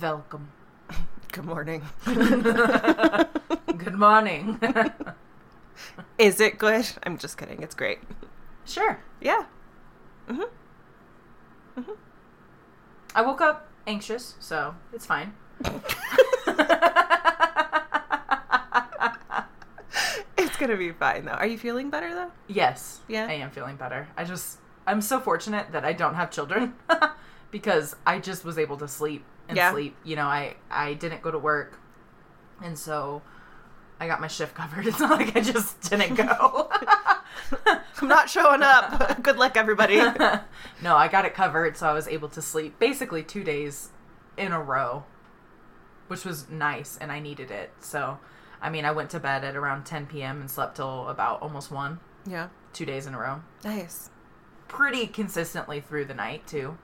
welcome. Good morning. Good morning. Is it good? I'm just kidding. It's great. sure. Yeah. Mm-hmm. I woke up anxious, so it's fine. Mm-hmm. It's going to be fine, though. Are you feeling better, though? yes. Yeah. I am feeling better. I just I'm so fortunate that I don't have children because I just was able to sleep and Yeah. sleep. You know, I I didn't go to work. And so I got my shift covered. It's not like I just didn't go. I'm not showing up. good luck, everybody. no, I got it covered, so I was able to sleep basically two days in a row, which was nice, and I needed it. So, I mean, I went to bed at around 10 p.m. and slept till about almost 1, yeah. two days in a row. Nice. Pretty consistently through the night, too.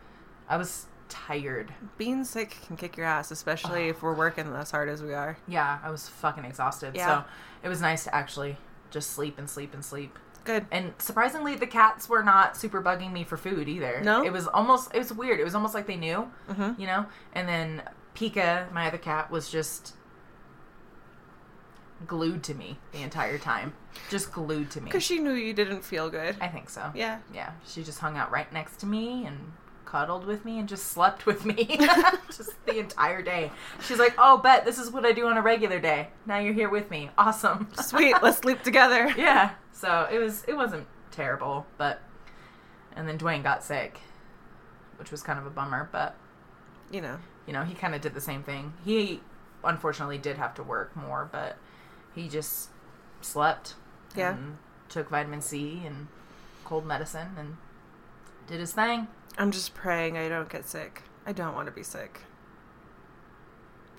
I was tired. Being sick can kick your ass, especially if we're working as hard as we are. Yeah, I was fucking exhausted. Yeah. So, it was nice to actually just sleep and sleep and sleep. Good. And surprisingly, the cats were not super bugging me for food either. No? it was almost it was weird. It was almost like they knew, Mm-hmm. you know. And then Pika, my other cat, was just glued to me the entire time, just glued to me. Because she knew you didn't feel good. I think so. Yeah. yeah. She just hung out right next to me and cuddled with me and just slept with me just the entire day. She's like, "Oh, bet this is what I do on a regular day. Now you're here with me. Awesome." Sweet. Let's sleep together. yeah. So it was it wasn't terrible, but and then Dwayne got sick, which was kind of a bummer, but You know. you know, he kind of did the same thing. He unfortunately did have to work more, but he just slept Yeah. and took vitamin C and cold medicine and did his thing. I'm just praying I don't get sick. I don't want to be sick.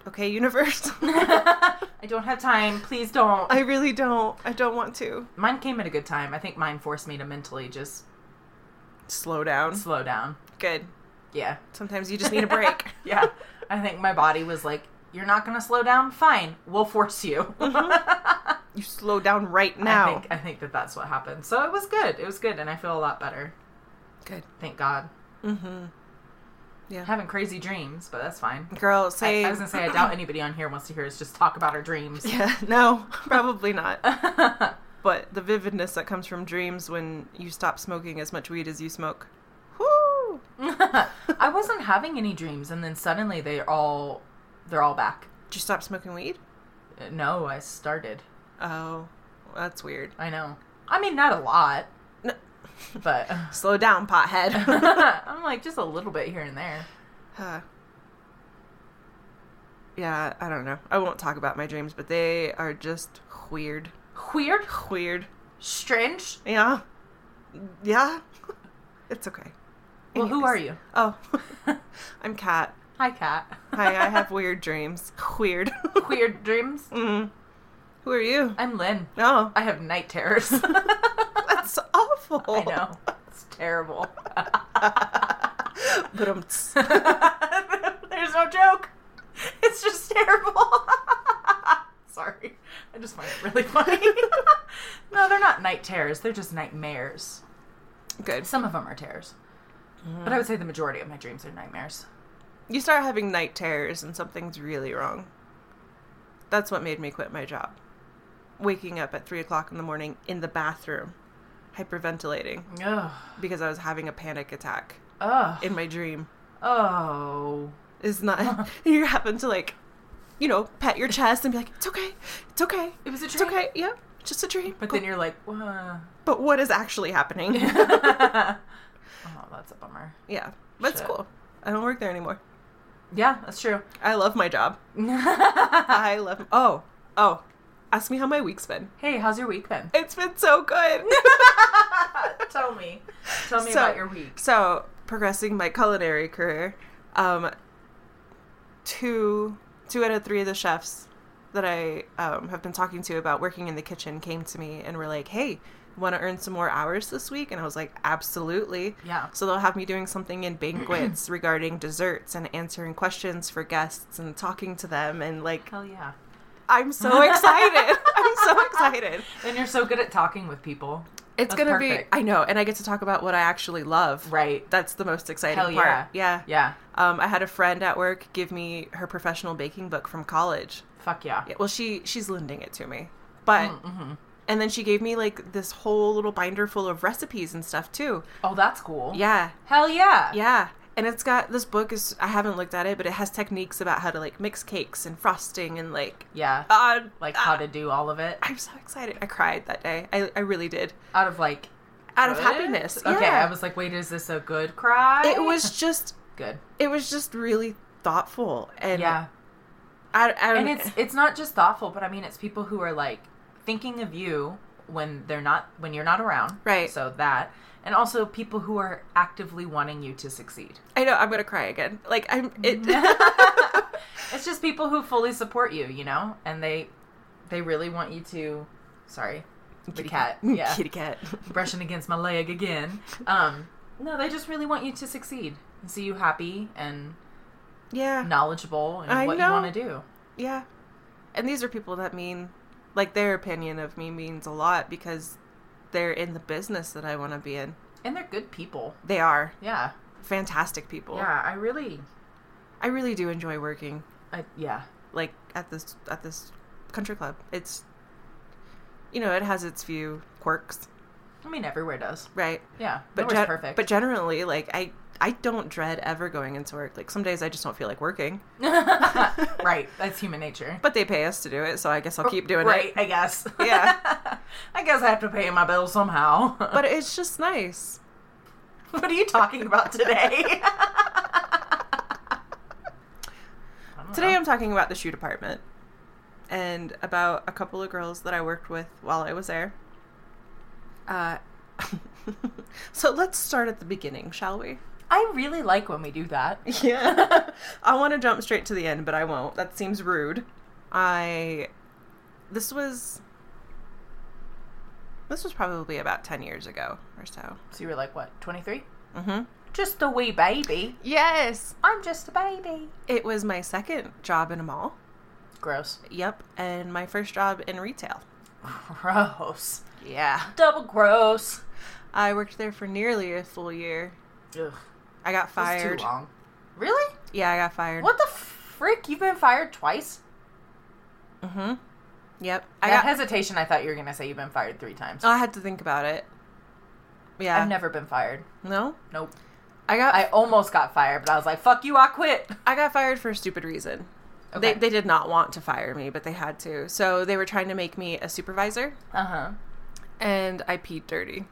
Okay, universe. I don't have time. Please don't. I really don't. I don't want to. mine came at a good time. I think mine forced me to mentally just Slow down. slow down. Good. Yeah. Sometimes you just need a break. yeah. I think my body was like, you're not going to slow down? Fine. We'll force you. you slow down right Mm-hmm. now. I think, I think that that's what happened. So it was good. It was good. And I feel a lot better. Good. Thank God. Mm-hmm. Yeah. Having crazy dreams, but that's fine. Girl, I, say. I was going to say, I doubt anybody on here wants to hear us just talk about our dreams. Yeah, no, probably not. yeah. But the vividness that comes from dreams when you stop smoking as much weed as you smoke. Whoo! I wasn't having any dreams. And then suddenly they all, they're all back. Did you stop smoking weed? Uh, No, I started. Oh, that's weird. I know. I mean, not a lot, No. but Slow down, pothead. I'm like just a little bit here and there. Huh. yeah, I don't know. I won't talk about my dreams, but they are just weird. Weird, Weird. strange. Yeah. Yeah. It's okay. Well, who Anyways. are you? Oh, I'm Kat. Hi, Cat. Hi, I have weird dreams. Weird. weird dreams. mm. Who are you? I'm Lynn. Oh, I have night terrors. that's awful. I know. It's terrible. But um, There's no joke. It's just terrible. Sorry. I just find it really funny. no, they're not night terrors. They're just nightmares. good. Some of them are terrors. Mm-hmm. But I would say the majority of my dreams are nightmares. You start having night terrors and something's really wrong. That's what made me quit my job. Waking up at three o'clock in the morning in the bathroom, hyperventilating Ugh. because I was having a panic attack Ugh. in my dream. Oh. Is not you happen to like, you know, pat your chest and be like, it's okay, it's okay, It was a it's okay, yeah, just a dream. But then you're like, "Whoa." But what is actually happening? oh, that's a bummer. yeah, that's Shit. cool. I don't work there anymore. Yeah, that's true. I love my job. Ah. I love. Oh, oh. Ask me how my week's been. hey, how's your week been? It's been so good. Tell me. Tell me So- about your week. so, progressing my culinary career, um, two two out of three of the chefs that I um, have been talking to about working in the kitchen came to me and were like, "Hey, want to earn some more hours this week?" And I was like, "Absolutely." Yeah. So they'll have me doing something in banquets regarding desserts and answering questions for guests and talking to them and like Hell yeah. I'm so excited. I'm so excited. And you're so good at talking with people. That's It's gonna perfect. be. I know, and I get to talk about what I actually love. Right. That's the most exciting Hell part. Yeah. Yeah. Um, I had a friend at work give me her professional baking book from college. Fuck yeah. Yeah, well, she she's lending it to me, but Mm-hmm. and then she gave me like this whole little binder full of recipes and stuff too. Oh, that's cool. Yeah, Hell yeah. yeah. And it's got this book is I haven't looked at it, but it has techniques about how to like mix cakes and frosting and like Yeah. uh, Like how to do all of it I'm so excited. I cried that day. I I really did out of like out of good? happiness. Okay, yeah. I was like, wait, is this a good cry? It was just good. it was just really thoughtful and yeah. I, I and it's it's not just thoughtful, but I mean, it's people who are like thinking of you when they're not when you're not around. Right. So that, and also people who are actively wanting you to succeed. I know I'm gonna cry again. Like I'm it. It's just people who fully support you, you know, and they they really want you to. Sorry, the cat. Yeah, kitty cat. brushing against my leg again. Um, no, they just really want you to succeed and see you happy and Yeah, knowledgeable and I what know. you want to do. yeah. And these are people that mean like their opinion of me means a lot because they're in the business that I want to be in. And they're good people. They are Yeah, fantastic people. yeah. I really, I really do enjoy working I, yeah. like at this at this country club. It's you know, it has its few quirks, I mean, everywhere does. right? Yeah, But but gen- perfect. but generally like I I don't dread ever going into work. Like some days I just don't feel like working, right, that's human nature. but they pay us to do it, so I guess I'll keep doing it. right, I guess. Yeah. I guess I have to pay my bills somehow. But it's just nice. what are you talking about today? I don't Today know. I'm talking about the shoe department and about a couple of girls that I worked with while I was there. Uh, so let's start at the beginning, shall we? I really like when we do that. Yeah. I want to jump straight to the end, but I won't. That seems rude. I. This was. This was probably about 10 years ago or so. So you were like, what, 23? Mm hmm. Just a wee baby. Yes! I'm just a baby. It was my second job in a mall. Gross. Yep. And my first job in retail. Gross. Yeah. Double gross. I worked there for nearly a full year. Ugh. I got That's fired. too long. Really? Yeah, I got fired. What the frick? You've been fired twice? Mm-hmm. Yep. I I that got. hesitation, I thought you were going to say you've been fired three times. I had to think about it. Yeah. I've never been fired. no. Nope. I got. I I, almost got fired, but I was like, fuck you, I quit. got fired for a stupid reason. Okay. They they did not want to fire me, but they had to. So they were trying to make me a supervisor, Uh huh. and I peed dirty.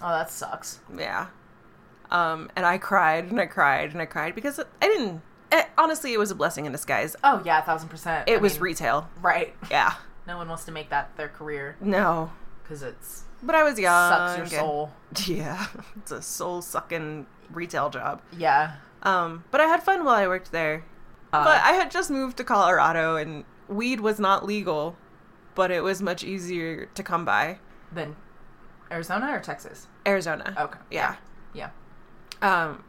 Oh, that sucks. Yeah. Um, and I cried and I cried and I cried because I didn't. It, honestly, it was a blessing in disguise. Oh, yeah, a thousand percent. It I was mean, retail. right. Yeah. No one wants to make that their career No. because it's But I was young. sucks your and- soul. Yeah, it's a soul sucking retail job. Yeah. Um, but I had fun while I worked there. Uh, but I had just moved to Colorado and weed was not legal, but it was much easier to come by. Then Arizona or Texas? Arizona. Okay. Yeah. Yeah. Um,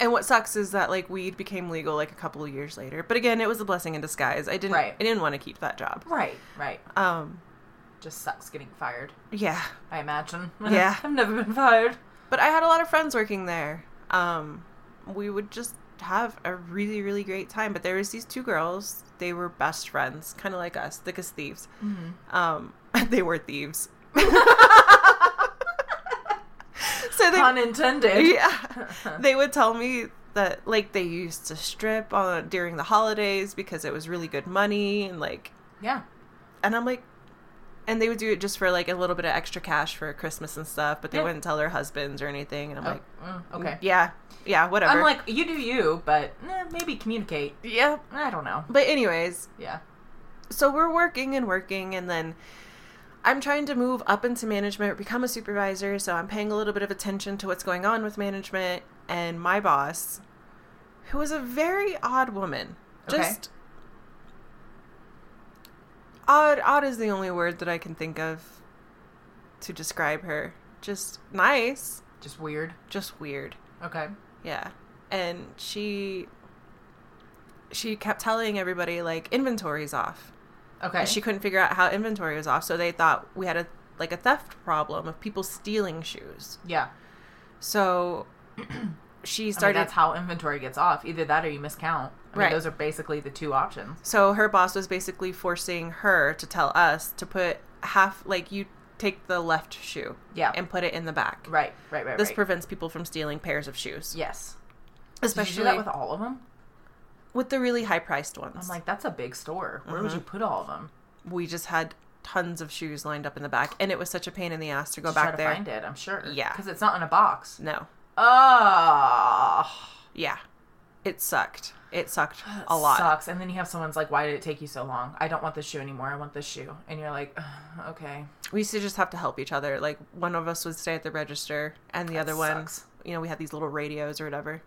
and what sucks is that like weed became legal like a couple of years later. But again, it was a blessing in disguise. I didn't. Right. I didn't want to keep that job. Right. Right. Um, Just sucks getting fired. yeah. I imagine. Yeah. I've never been fired. But I had a lot of friends working there. Um, we would just have a really, really great time. But there was these two girls. They were best friends, kind of like us, thick as thieves. Mm-hmm. Um, they were thieves. so they, Pun intended. yeah, they would tell me that like they used to strip on during the holidays because it was really good money and like, Yeah. and I'm like. And they would do it just for like a little bit of extra cash for Christmas and stuff, but they Yeah. wouldn't tell their husbands or anything. And I'm like, Oh, mm, okay. yeah. Yeah, whatever. I'm like, you do you, but eh, maybe communicate. yeah. I don't know. But anyways, Yeah. so we're working and working and then I'm trying to move up into management, become a supervisor, so I'm paying a little bit of attention to what's going on with management and my boss, who is a very odd woman. Okay. Just odd odd is the only word that I can think of to describe her. Just nice, Just weird. just weird. Okay. Yeah. And she she kept telling everybody like inventory's off. Okay. And she couldn't figure out how inventory was off, so they thought we had a like a theft problem of people stealing shoes. Yeah. So I she mean, started that's how inventory gets off. Either that or you miscount. I mean, Right. Those are basically the two options. So her boss was basically forcing her to tell us to put half, like, you take the left shoe Yeah. and put it in the back. right, right, right. This right. prevents people from stealing pairs of shoes, yes. Did you do especially that with with, all of them? the really high priced ones. I'm like, that's a big store. Where would you Mm-hmm. put all of them? we just had tons of shoes lined up in the back, and it was such a pain in the ass to go To back try to there. find it, I'm sure. Yeah. Because it's not in a box. No, Oh. yeah, it sucked. It sucked a lot. Sucks. And then you have someone's like, why did it take you so long? I don't want this shoe anymore. I want this shoe. And you're like, "Ugh, okay. We used to just have to help each other. Like one of us would stay at the register, and the That other one, sucks. you know, we had these little radios or whatever,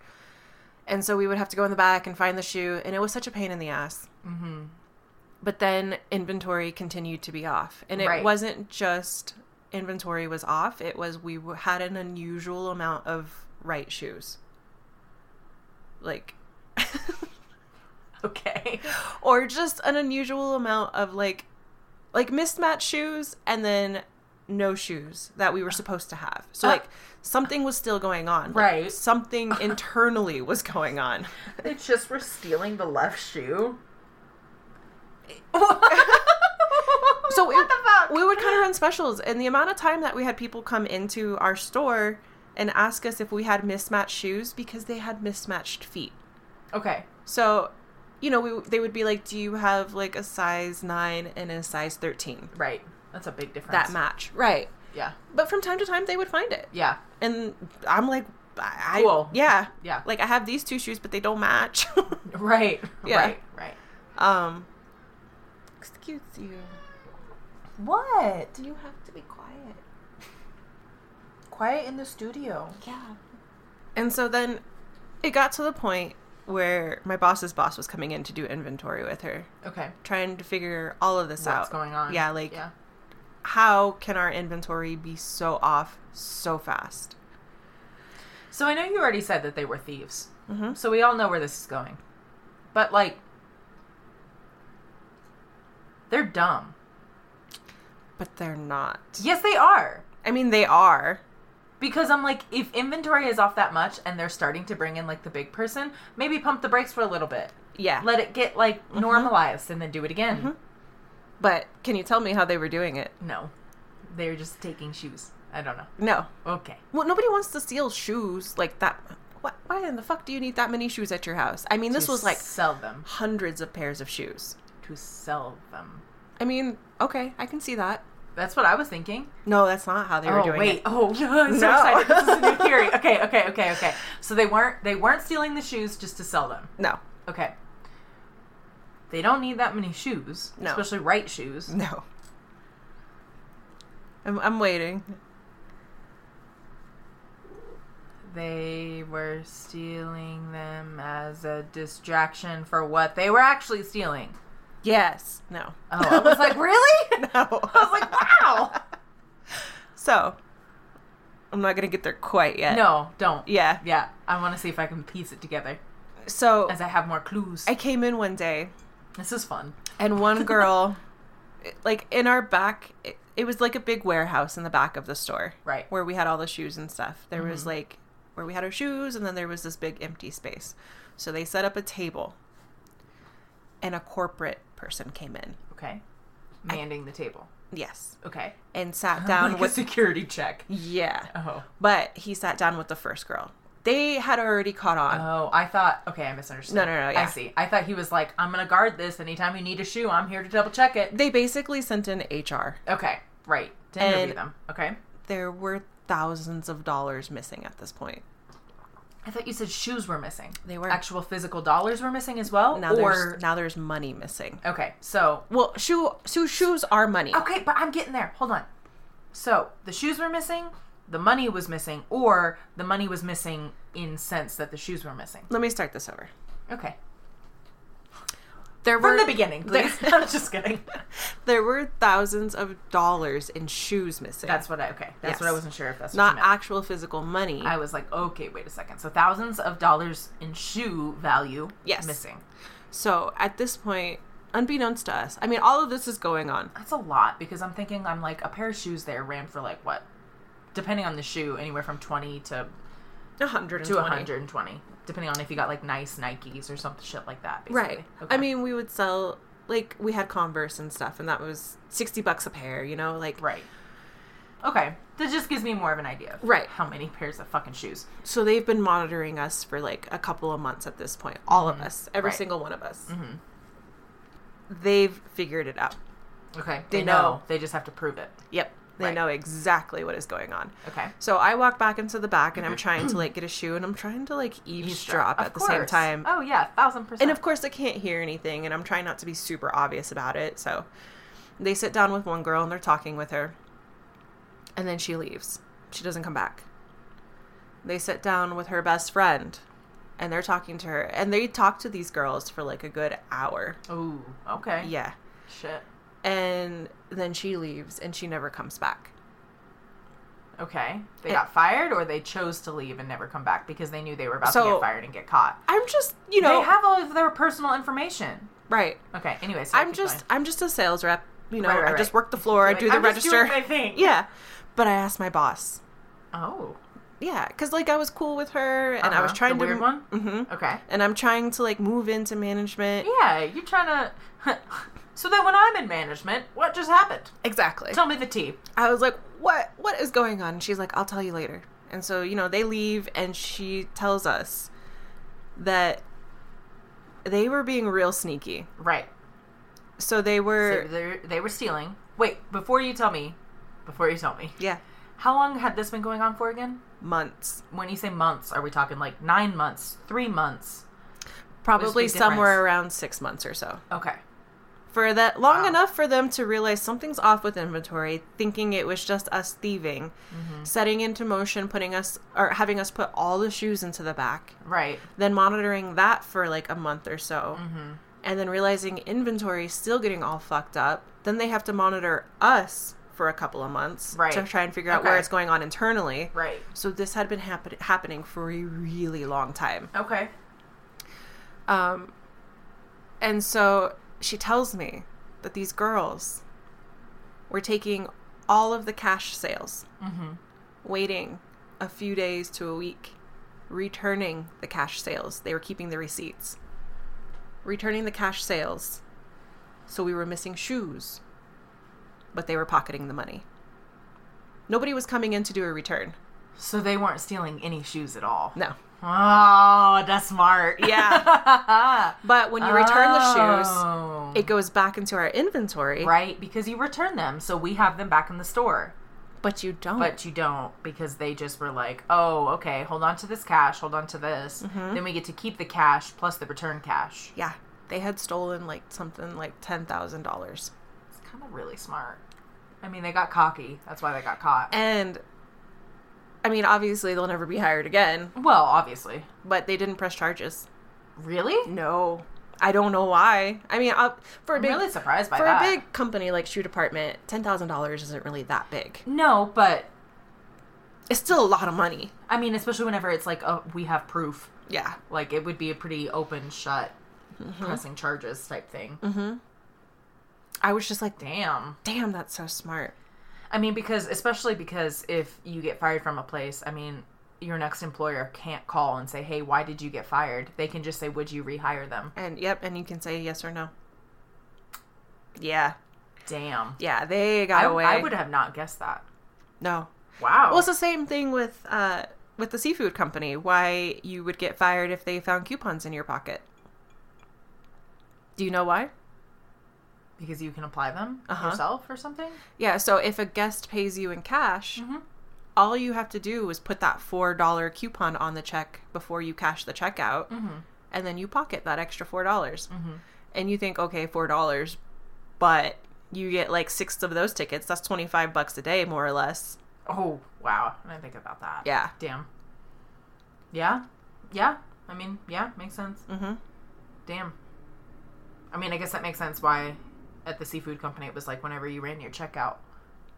and so we would have to go in the back and find the shoe, and it was such a pain in the ass. Mm-hmm. But then inventory continued to be off, and it Right. wasn't just inventory was off; it was we w- had an unusual amount of right shoes, like, Okay. or just an unusual amount of like, like mismatched shoes, and then no shoes that we were supposed to have. So Uh. like something was still going on, Like, Right. Something internally was going on. they just were stealing the left shoe. So what it- the fuck? we would kind of run specials, and the amount of time that we had people come into our store and ask us if we had mismatched shoes because they had mismatched feet. okay. So, you know, we they would be like, "Do you have like a size nine and a size thirteen Right. That's a big difference. that match?" Right. Yeah. But from time to time, they would find it, Yeah. and I'm like, I, I- Cool. yeah, Yeah. like I have these two shoes, but they don't match." Right. Yeah. Right. Right. um, excuse you. What? Do you have to be quiet? Quiet in the studio. Yeah. And so then it got to the point where my boss's boss was coming in to do inventory with her, Okay. trying to figure all of this out. What's going on? Yeah, like Yeah. how can our inventory be so off so fast? So I know you already said that they were thieves. Mhm. So we all know where this is going. But like they're dumb. But they're not. Yes, they are. I mean, they are. Because I'm like, if inventory is off that much and they're starting to bring in like the big person, maybe pump the brakes for a little bit. Yeah. Mm-hmm. Let it get like normalized and then do it again. But can you tell me how they were doing it? No. They're just taking shoes. I don't know. No. Okay. Well, nobody wants to steal shoes like that. What, why in the fuck do you need that many shoes at your house? I mean, this To was like sell them. hundreds of pairs of shoes. To sell them. I mean, okay, I can see that. That's what I was thinking. No, that's not how they were oh doing wait! it. Oh no! I'm so No. excited. This is a new theory. Okay, okay, okay, okay. So they weren't they weren't stealing the shoes just to sell them. No, Okay. They don't need that many shoes, No. especially right shoes. no. I'm, I'm waiting. They were stealing them as a distraction for what they were actually stealing. Yes. No. Oh, I was like, really? no. I was like, wow. so, I'm not gonna get there quite yet. No, don't. Yeah. Yeah, I want to see if I can piece it together So as I have more clues. I came in one day, this is fun. and one girl, like in our back, it, it was like a big warehouse in the back of the store, Right. where we had all the shoes and stuff. There was like where we had our shoes, and then there was this big empty space. So they set up a table, and a corporate person came in. Okay. Manning the table. Yes. Okay. And sat down Like a with security check. Yeah. Oh. But he sat down with the first girl. They had already caught on. Oh, I thought. Okay, I misunderstood. No, no, no, yeah. I see. I thought he was like, I'm gonna guard this. Anytime you need a shoe, I'm here to double check it. they basically sent in HR. Okay, right. To And- interview them. Okay. There were thousands of dollars missing at this point. I thought you said shoes were missing. They were. Actual physical dollars were missing as well. Now or there's now there's money missing. okay, so Well, shoe shoe shoes are money. okay, but I'm getting there. Hold on. So the shoes were missing. The money was missing, or the money was missing in sense that the shoes were missing. Let me start this over. Okay. There From were the beginning, please. I'm just kidding. there were thousands of dollars in shoes missing. That's what I okay. That's Yes. what I wasn't sure if that's what you not meant. actual physical money. I was like, okay, wait a second. So thousands of dollars in shoe value Yes. missing. So at this point, unbeknownst to us. I mean, all of this is going on. That's a lot because I'm thinking I'm like a pair of shoes there ran for like what, depending on the shoe, anywhere from twenty to A hundred to 120, depending on if you got like nice Nikes or something shit like that. Basically. Right. Okay. I mean, we would sell like we had Converse and stuff, and that was sixty bucks a pair. You know, like right. Okay, that just gives me more of an idea. Of Right. How many pairs of fucking shoes? so they've been monitoring us for like a couple of months at this point. All of us, every Mm-hmm. Right. Mm-hmm. single one of us. They've figured it out. Okay. They They, know. know. They just have to prove it. Yep, they Right. know exactly what is going on. Okay. So I walk back into the back, and I'm trying to like get a shoe, and I'm trying to like eavesdrop Of at the same course. time. Oh yeah, thousand percent. And of course, I can't hear anything, and I'm trying not to be super obvious about it. So they sit down with one girl and they're talking with her. And then she leaves. She doesn't come back. They sit down with her best friend and they're talking to her. And they talk to these girls for like a good hour. Ooh. Okay. Yeah. Shit. And then she leaves and she never comes back. Okay. They It- got fired, or they chose to leave and never come back because they knew they were about to So- get fired and get caught. I'm just, you know, they have all of their personal information. right. Okay. Anyway, so I'm keep just, going. I'm just a sales rep. You know, Right, right, I just right. work the floor. I Like, do the I'm just register. doing my thing. yeah. But I asked my boss, Oh. Yeah, because like I was cool with her, and I was Uh-huh. trying The to weird one? hmm Okay. and I'm trying to like move into management. Yeah, you're trying to. so that when I'm in management, what just happened? Exactly. Tell me the tea. I was like, "What? What is going on?" And she's like, "I'll tell you later." And so you know they leave, and she tells us that they were being real sneaky. Right. So they So were, they're- they were stealing. Wait, before you tell me, before you tell me, yeah, how long had this been going on for again? months, When you say months, are we talking like nine months, three months? probably big somewhere difference. around six months or so. Okay. For that long Wow. enough for them to realize something's off with inventory, thinking it was just us thieving, Mm-hmm. setting into motion, putting us or having us put all the shoes into the back, Right. then monitoring that for like a month or so, Mm-hmm. and then realizing inventory is still getting all fucked up. Then they have to monitor us for a couple of months Right. to try and figure out where Okay. it's going on internally. Right. So this had been happen- happening for a really long time. Okay. Um, and so she tells me that these girls were taking all of the cash sales, waiting a few days to a week, returning the cash sales. They were keeping the receipts, returning the cash sales. So we were missing shoes, but they were pocketing the money. Nobody was coming in to do a return. So they weren't stealing any shoes at all. No. Oh, that's smart. Yeah. But when you return the shoes, Oh. it goes back into our inventory. right because you return them, so we have them back in the store. But you don't. but you don't because they just were like, oh, okay, hold on to this cash, hold on to this. Then we get to keep the cash plus the return cash. Mm-hmm. yeah, they had stolen like something like ten thousand dollars. It's kind of really smart. I mean, they got cocky. That's why they got caught. And I mean, obviously they'll never be hired again, well, obviously. but they didn't press charges. Really? No, I don't know why. I mean, uh, for a I'm big really surprised by for that. a big company like shoe department, ten thousand dollars isn't really that big. No, but It's still a lot of money. I mean, especially whenever it's like, oh, we have proof. Yeah, Like, it would be a pretty open, shut, Mm-hmm. pressing charges type thing. I was just like, Damn. damn, that's so smart. I mean, because especially because if you get fired from a place, I mean, your next employer can't call and say, "Hey, why did you get fired?" They can just say, "Would you rehire them?" And yep, and you can say yes or no. Yeah, Damn, yeah, they I, got away. I would have not guessed that. no. Wow. Well, it's the same thing with uh, with the seafood company. Why you would get fired if they found coupons in your pocket? Do you know why? because you can apply them Uh-huh. yourself or something. Yeah. So if a guest pays you in cash, Mm-hmm. all you have to do is put that four dollar coupon on the check before you cash the check out, Mm-hmm. and then you pocket that extra four dollars. And you think, okay, four dollars, but you get like six of those tickets. That's twenty five bucks a day, more or less. Oh, wow. I didn't think about that. Yeah. Damn. Yeah. Yeah. I mean, yeah, makes sense. Mhm. Damn. I mean, I guess that makes sense why at the seafood company it was like whenever you ran your checkout,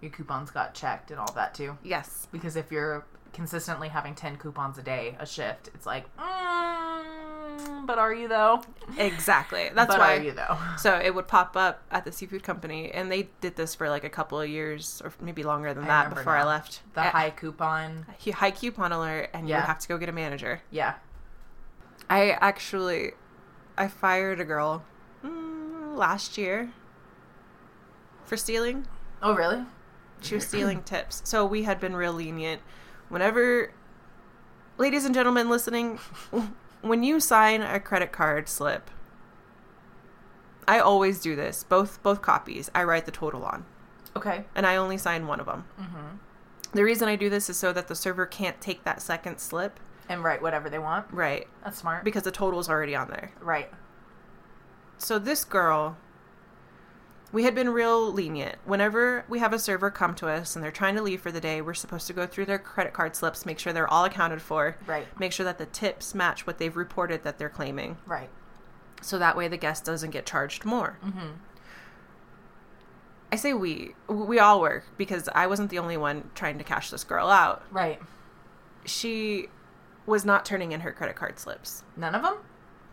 your coupons got checked and all that too. Yes. because if you're consistently having 10 coupons a day a shift it's like mm, but are you though? Exactly. That's but why. are you though? So it would pop up at the seafood company, and they did this for like a couple of years, or maybe longer than I that, remember before I now. left. The Uh, high coupon. he- high coupon alert, and you Yeah. would have to go get a manager. Yeah. I actually, I fired a girl mm, last year for stealing. Oh really? She was stealing tips. So we had been real lenient. Whenever, ladies and gentlemen listening, when you sign a credit card slip, I always do this. Both both copies, I write the total on, Okay. and I only sign one of them. Mhm. The reason I do this is so that the server can't take that second slip, And write whatever they want. right? That's smart. Because the total's already on there. right. so this girl we had been real lenient whenever we have a server come to us and they're trying to leave for the day we're supposed to go through their credit card slips make sure they're all accounted for Right. make sure that the tips match what they've reported that they're claiming Right. so that way the guest doesn't get charged more Mhm. i say we we all work because i wasn't the only one trying to cash this girl out Right. she was not turning in her credit card slips None of them.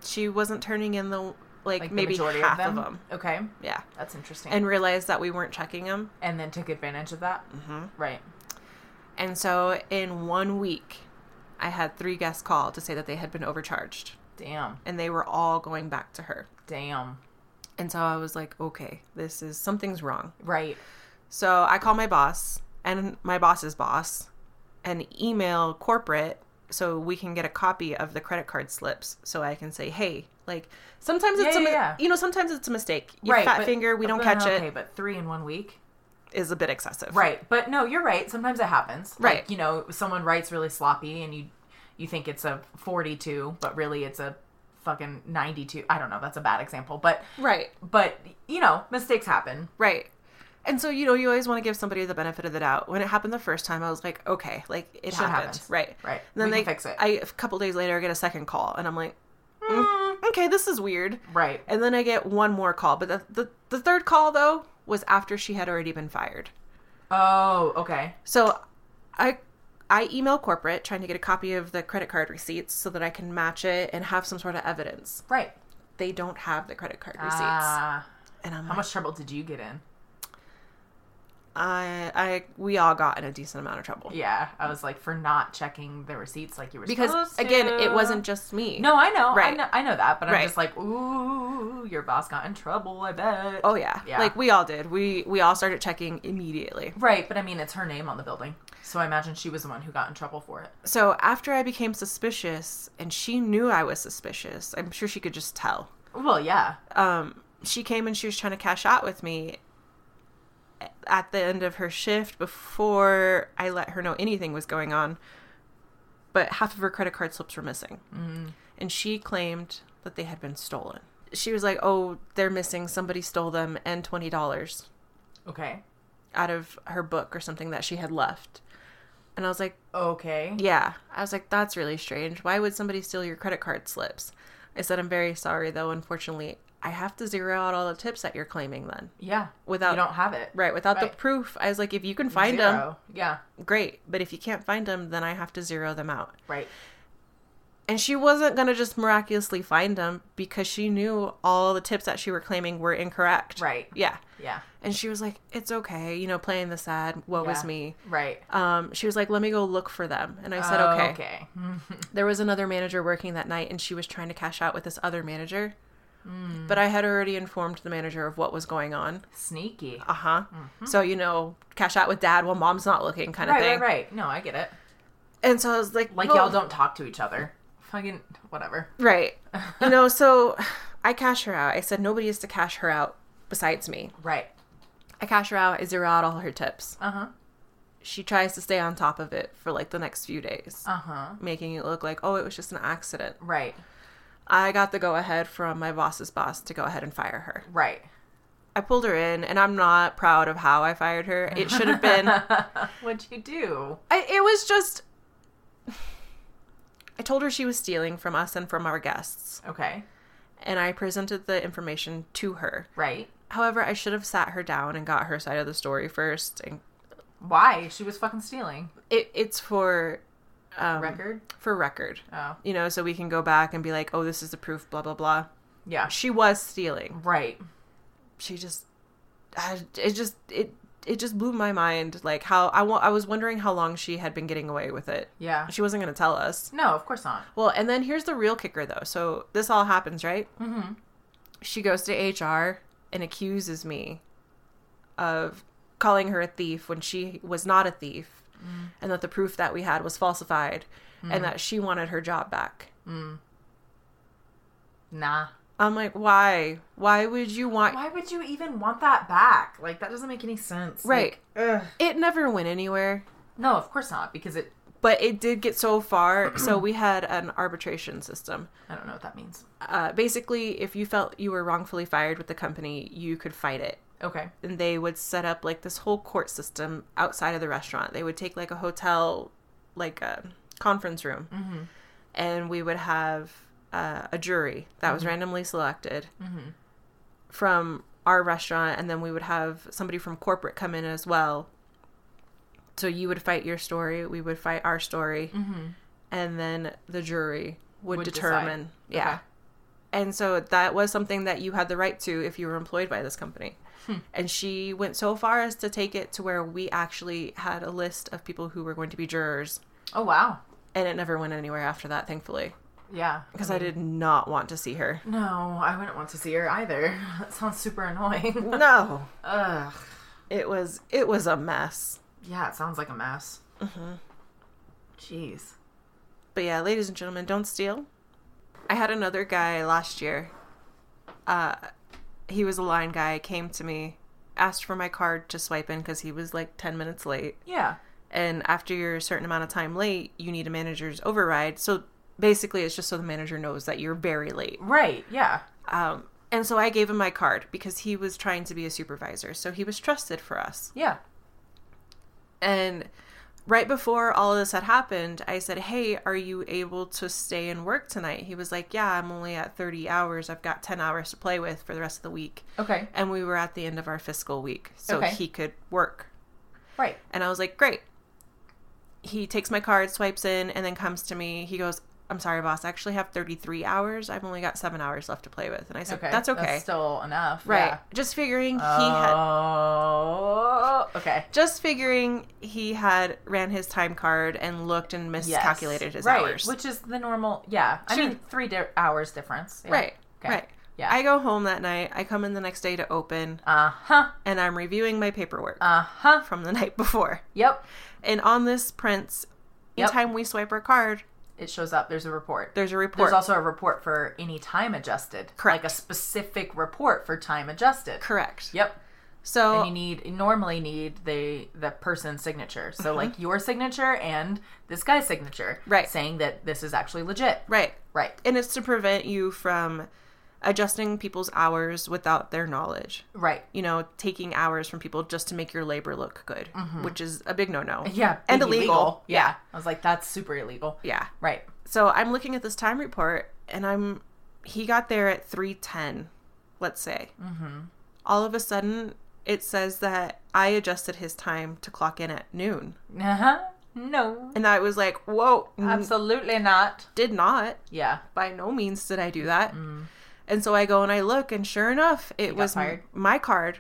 she wasn't turning in the like, Like maybe the majority half of, them? of them Okay. yeah That's interesting. and realized that we weren't checking them and then took advantage of that. mm-hmm. Right. And so in one week, I had three guests call to say that they had been overcharged Damn. and they were all going back to her. Damn. And so I was like, okay, this is something's wrong. Right. So I call my boss and my boss's boss and email corporate so we can get a copy of the credit card slips so I can say, hey, like sometimes it's Yeah, a, yeah, mi- yeah. you know, sometimes it's a mistake. You right. fat but- finger, we don't but- catch okay, it but three in one week. is a bit excessive. Right. But no, you're right. Sometimes it happens. Right. Like, you know, someone writes really sloppy and you you think it's a 42, but really it's a fucking 92. I don't know. That's a bad example, but Right. but you know, mistakes happen. Right. And so, you know, you always want to give somebody the benefit of the doubt. When it happened the first time, I was like, okay, like it Shit happened. happens. Right. Right. And then we they can fix it. I, a couple days later, I get a second call and I'm like, mm, okay, this is weird. right. And then I get one more call. But the, the, the third call, though, was after she had already been fired. Oh, okay. So I. I email corporate trying to get a copy of the credit card receipts so that I can match it and have some sort of evidence. Right. They don't have the credit card receipts. Ah. and I'm how like, much trouble did you get in? I, I, we all got in a decent amount of trouble. Yeah, I was like for not checking the receipts like you were because supposed to. again it wasn't just me No, I know. Right. I know, I know that, but Right. I'm just like, ooh, your boss got in trouble. I bet. oh yeah. Yeah. like we all did we we all started checking immediately Right, but I mean, it's her name on the building, so I imagine she was the one who got in trouble for it. so after i became suspicious and she knew i was suspicious i'm sure she could just tell Well, yeah, um she came and she was trying to cash out with me at the end of her shift before i let her know anything was going on but half of her credit card slips were missing Mm-hmm. and she claimed that they had been stolen she was like oh they're missing somebody stole them and twenty dollars okay, out of her book or something that she had left. And I was like, okay, yeah. I was like, that's really strange. Why would somebody steal your credit card slips? I said, I'm very sorry though. Unfortunately, I have to zero out all the tips that you're claiming then. yeah. Without you don't have it, right, without the Right. proof. I was like, if you can find Zero. Yeah, them, great. But if you can't find them, then I have to zero them out. right. And she wasn't gonna just miraculously find them because she knew all the tips that she were claiming were incorrect. Right. Yeah. Yeah. And she was like, It's okay, you know, playing the sad, woe is Yeah. me. Right. um, she was like, let me go look for them. And I said, okay. Oh, Okay. Hmm. There was another manager working that night and she was trying to cash out with this other manager. Hmm. But I had already informed the manager of what was going on. Sneaky. Uh huh. So, you know, cash out with dad while mom's not looking kind of Mm-hmm. Right, thing. right, right. No, I get it. And so I was like, Like well- y'all don't talk to each other. Fucking whatever. Right. you know, so I cash her out. I said, nobody is to cash her out besides me. Right. I cash her out. I zero out all her tips. Uh huh. She tries to stay on top of it for like the next few days, Uh huh. making it look like, oh, it was just an accident. Right. I got the go ahead from my boss's boss to go ahead and fire her. Right. I pulled her in, and I'm not proud of how I fired her. It should have been. I, What'd you do? it was just. I told her she was stealing from us and from our guests, Okay. and I presented the information to her. Right. However, I should have sat her down and got her side of the story first. And Why? She was fucking stealing. it, it's for um, record. for record. Oh, You know, so we can go back and be like, oh, this is the proof, blah blah blah. yeah, She was stealing. right. She just, I, it just it it just blew my mind. Like how I wa- I was wondering how long she had been getting away with it. Yeah. She wasn't gonna tell us. No, of course not. Well, and then here's the real kicker though. So this all happens, right? Mm-hmm. She goes to HR and accuses me of calling her a thief when she was not a thief, and that the proof that we had was falsified, and that she wanted her job back. Nah. I'm like, why? Why would you want? Why would you even want that back? Like that doesn't make any sense. Right. Like, ugh. It never went anywhere, No, of course not. Because it. but it did get so far. so we had an arbitration system. I don't know what that means. Uh, basically, if you felt you were wrongfully fired with the company, you could fight it. Okay. and they would set up like this whole court system outside of the restaurant. They would take like a hotel, like a conference room, Mm-hmm. and we would have uh, a jury that Mm-hmm. was randomly selected from our restaurant, and then we would have somebody from corporate come in as well. So you would fight your story, we would fight our story, and then the jury would, Mm-hmm. Would decide. determine. Yeah. Okay. And so that was something that you had the right to if you were employed by this company. And she went so far as to take it to where we actually had a list of people who were going to be jurors. Oh wow. And it never went anywhere after that, thankfully. Yeah. Because I did not want to see her. No, I wouldn't want to see her either. That sounds super annoying. No. Ugh. It was it was a mess. Yeah, it sounds like a mess. Jeez. But yeah, ladies and gentlemen, don't steal. I had another guy last year. Uh, he was a line guy, came to me, asked for my card to swipe in because he was like 10 minutes late. Yeah. and after you're a certain amount of time late, you need a manager's override. So basically, it's just so the manager knows that you're very late. Right. Yeah. Um, and so I gave him my card because he was trying to be a supervisor, so he was trusted for us. Yeah. And right before all of this had happened, I said, "Hey, are you able to stay and work tonight?" He was like, "Yeah, I'm only at 30 hours. I've got 10 hours to play with for the rest of the week." Okay. And we were at the end of our fiscal week, so Okay. he could work. Right. And I was like, great. He takes my card, swipes in, and then comes to me. He goes, I'm sorry, boss. I actually have 33 hours. I've only got seven hours left to play with. And I said, Okay. that's okay. still enough. right. Yeah. Just figuring he had. Oh. Okay. Just figuring he had ran his time card and looked and miscalculated Yes. his right. hours. which is the normal. Yeah, I Sure. mean three di- hours difference. Yeah. Right. Okay. Right. Yeah. I go home that night. I come in the next day to open, Uh huh. and I'm reviewing my paperwork Uh huh. from the night before. Yep. And on this prints, Yep. anytime we swipe our card, It shows up. There's a report. there's a report. There's also a report for any time adjusted. Correct. Like a specific report for time adjusted. Correct. Yep. So And you need normally need the the person's signature. So like your signature and this guy's signature. Mm-hmm. Right. Saying that this is actually legit. Right. Right. And it's to prevent you from adjusting people's hours without their knowledge. Right. You know, taking hours from people just to make your labor look good, which is a big no no. Mm-hmm. Yeah. And being illegal. Yeah. yeah. I was like, that's super illegal. Yeah. Right. So I'm looking at this time report and I'm, he got there at 310, let's say. Mm-hmm. All of a sudden, it says that I adjusted his time to clock in at noon. Uh huh. No. And I was like, whoa, n- Absolutely not. did not. Yeah. by no means did I do that. And so I go and I look, and sure enough, it was m- Mm. fired? my card.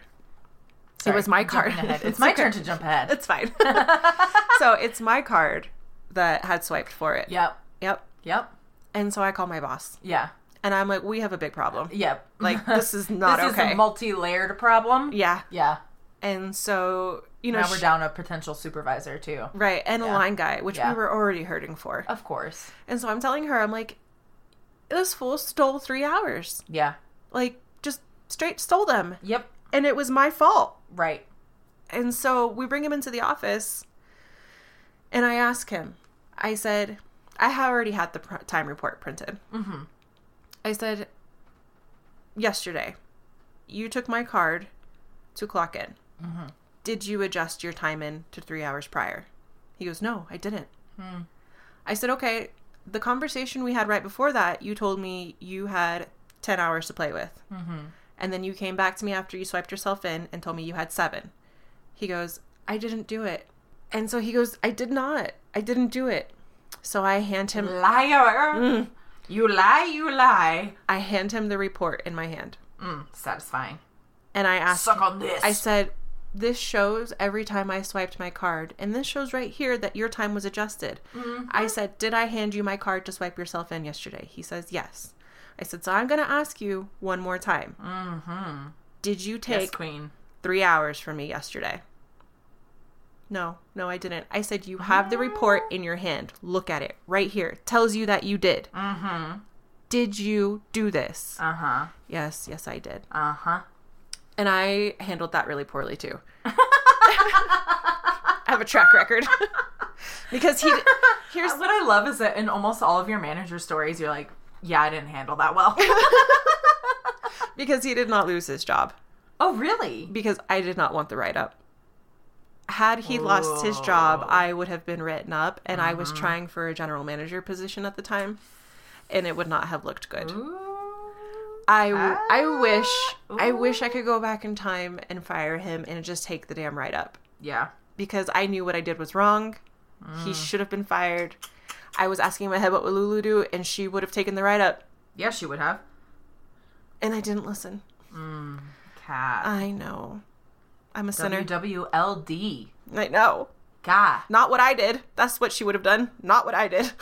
it was my card. Jumping ahead. It's my turn to jump ahead. It's fine. so it's my card that had swiped for it. Yep. Yep. Yep. And so I call my boss, Yeah. and I'm like, "We have a big problem. Yep. Like this is not this okay." is a multi-layered problem. yeah. Yeah. And so you know, Now we're sh- down a potential supervisor too. right, and a line guy, which Yeah. we were already hurting for. Of course. And so I'm telling her, I'm like, "This fool stole three hours. Yeah. Like just straight stole them, Yep. and it was my fault." Right. And so we bring him into the office and I ask him, I said, I have already had the pr- time report printed. Mm-hmm. I said, yesterday, you took my card to clock in. Mm-hmm. Did you adjust your time in to three hours prior? He goes, No, I didn't. Hmm. I said, Okay, the conversation we had right before that, you told me you had 10 hours to play with. Mm-hmm. And then you came back to me after you swiped yourself in and told me you had seven. He goes, I didn't do it. And so he goes, I did not. I didn't do it. So I hand him Liar. Mm. You lie, you lie. I hand him the report in my hand. Mm, satisfying. And I asked Suck on this. I said, This shows every time I swiped my card, and this shows right here that your time was adjusted. I said, Did I hand you my card to swipe yourself in yesterday? He says, Yes. I said, So I'm going to ask you one more time. Mm-hmm. Did you take yes, queen. three hours from me yesterday? No, no, I didn't. I said, You have the report in your hand. Look at it right here. Tells you that you did. Mm-hmm. Did you do this? Uh huh. Yes, yes, I did. Uh huh. And I handled that really poorly too. I have a track record. because he here's What I love is that in almost all of your manager stories, you're like, yeah, I didn't handle that well. because he did not lose his job oh, really? because I did not want the write up. Had he lost his job, I would have been written up and I was trying for a general manager position at the time and it would not have looked good. I, I wish I wish I could go back in time and fire him and just take the damn write up. Yeah. because I knew what I did was wrong. He should have been fired. I was asking my head what would Lulu do, and she would have taken the write up, Yeah, she would have. and I didn't listen. Cat. I know. I'm a sinner. WWLD. I know. God. Not what I did. That's what she would have done. Not what I did.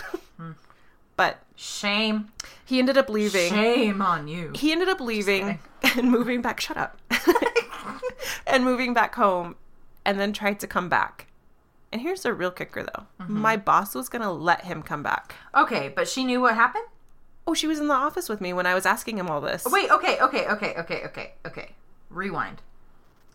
but Shame. he ended up leaving. Shame on you. He ended up leaving and moving back. Shut up. and moving back home, and then tried to come back. And here's the real kicker, though. My boss was gonna let him come back. Okay, but she knew what happened? Oh, she was in the office with me when I was asking him all this. Wait, okay, okay, okay, okay, okay, okay. Rewind.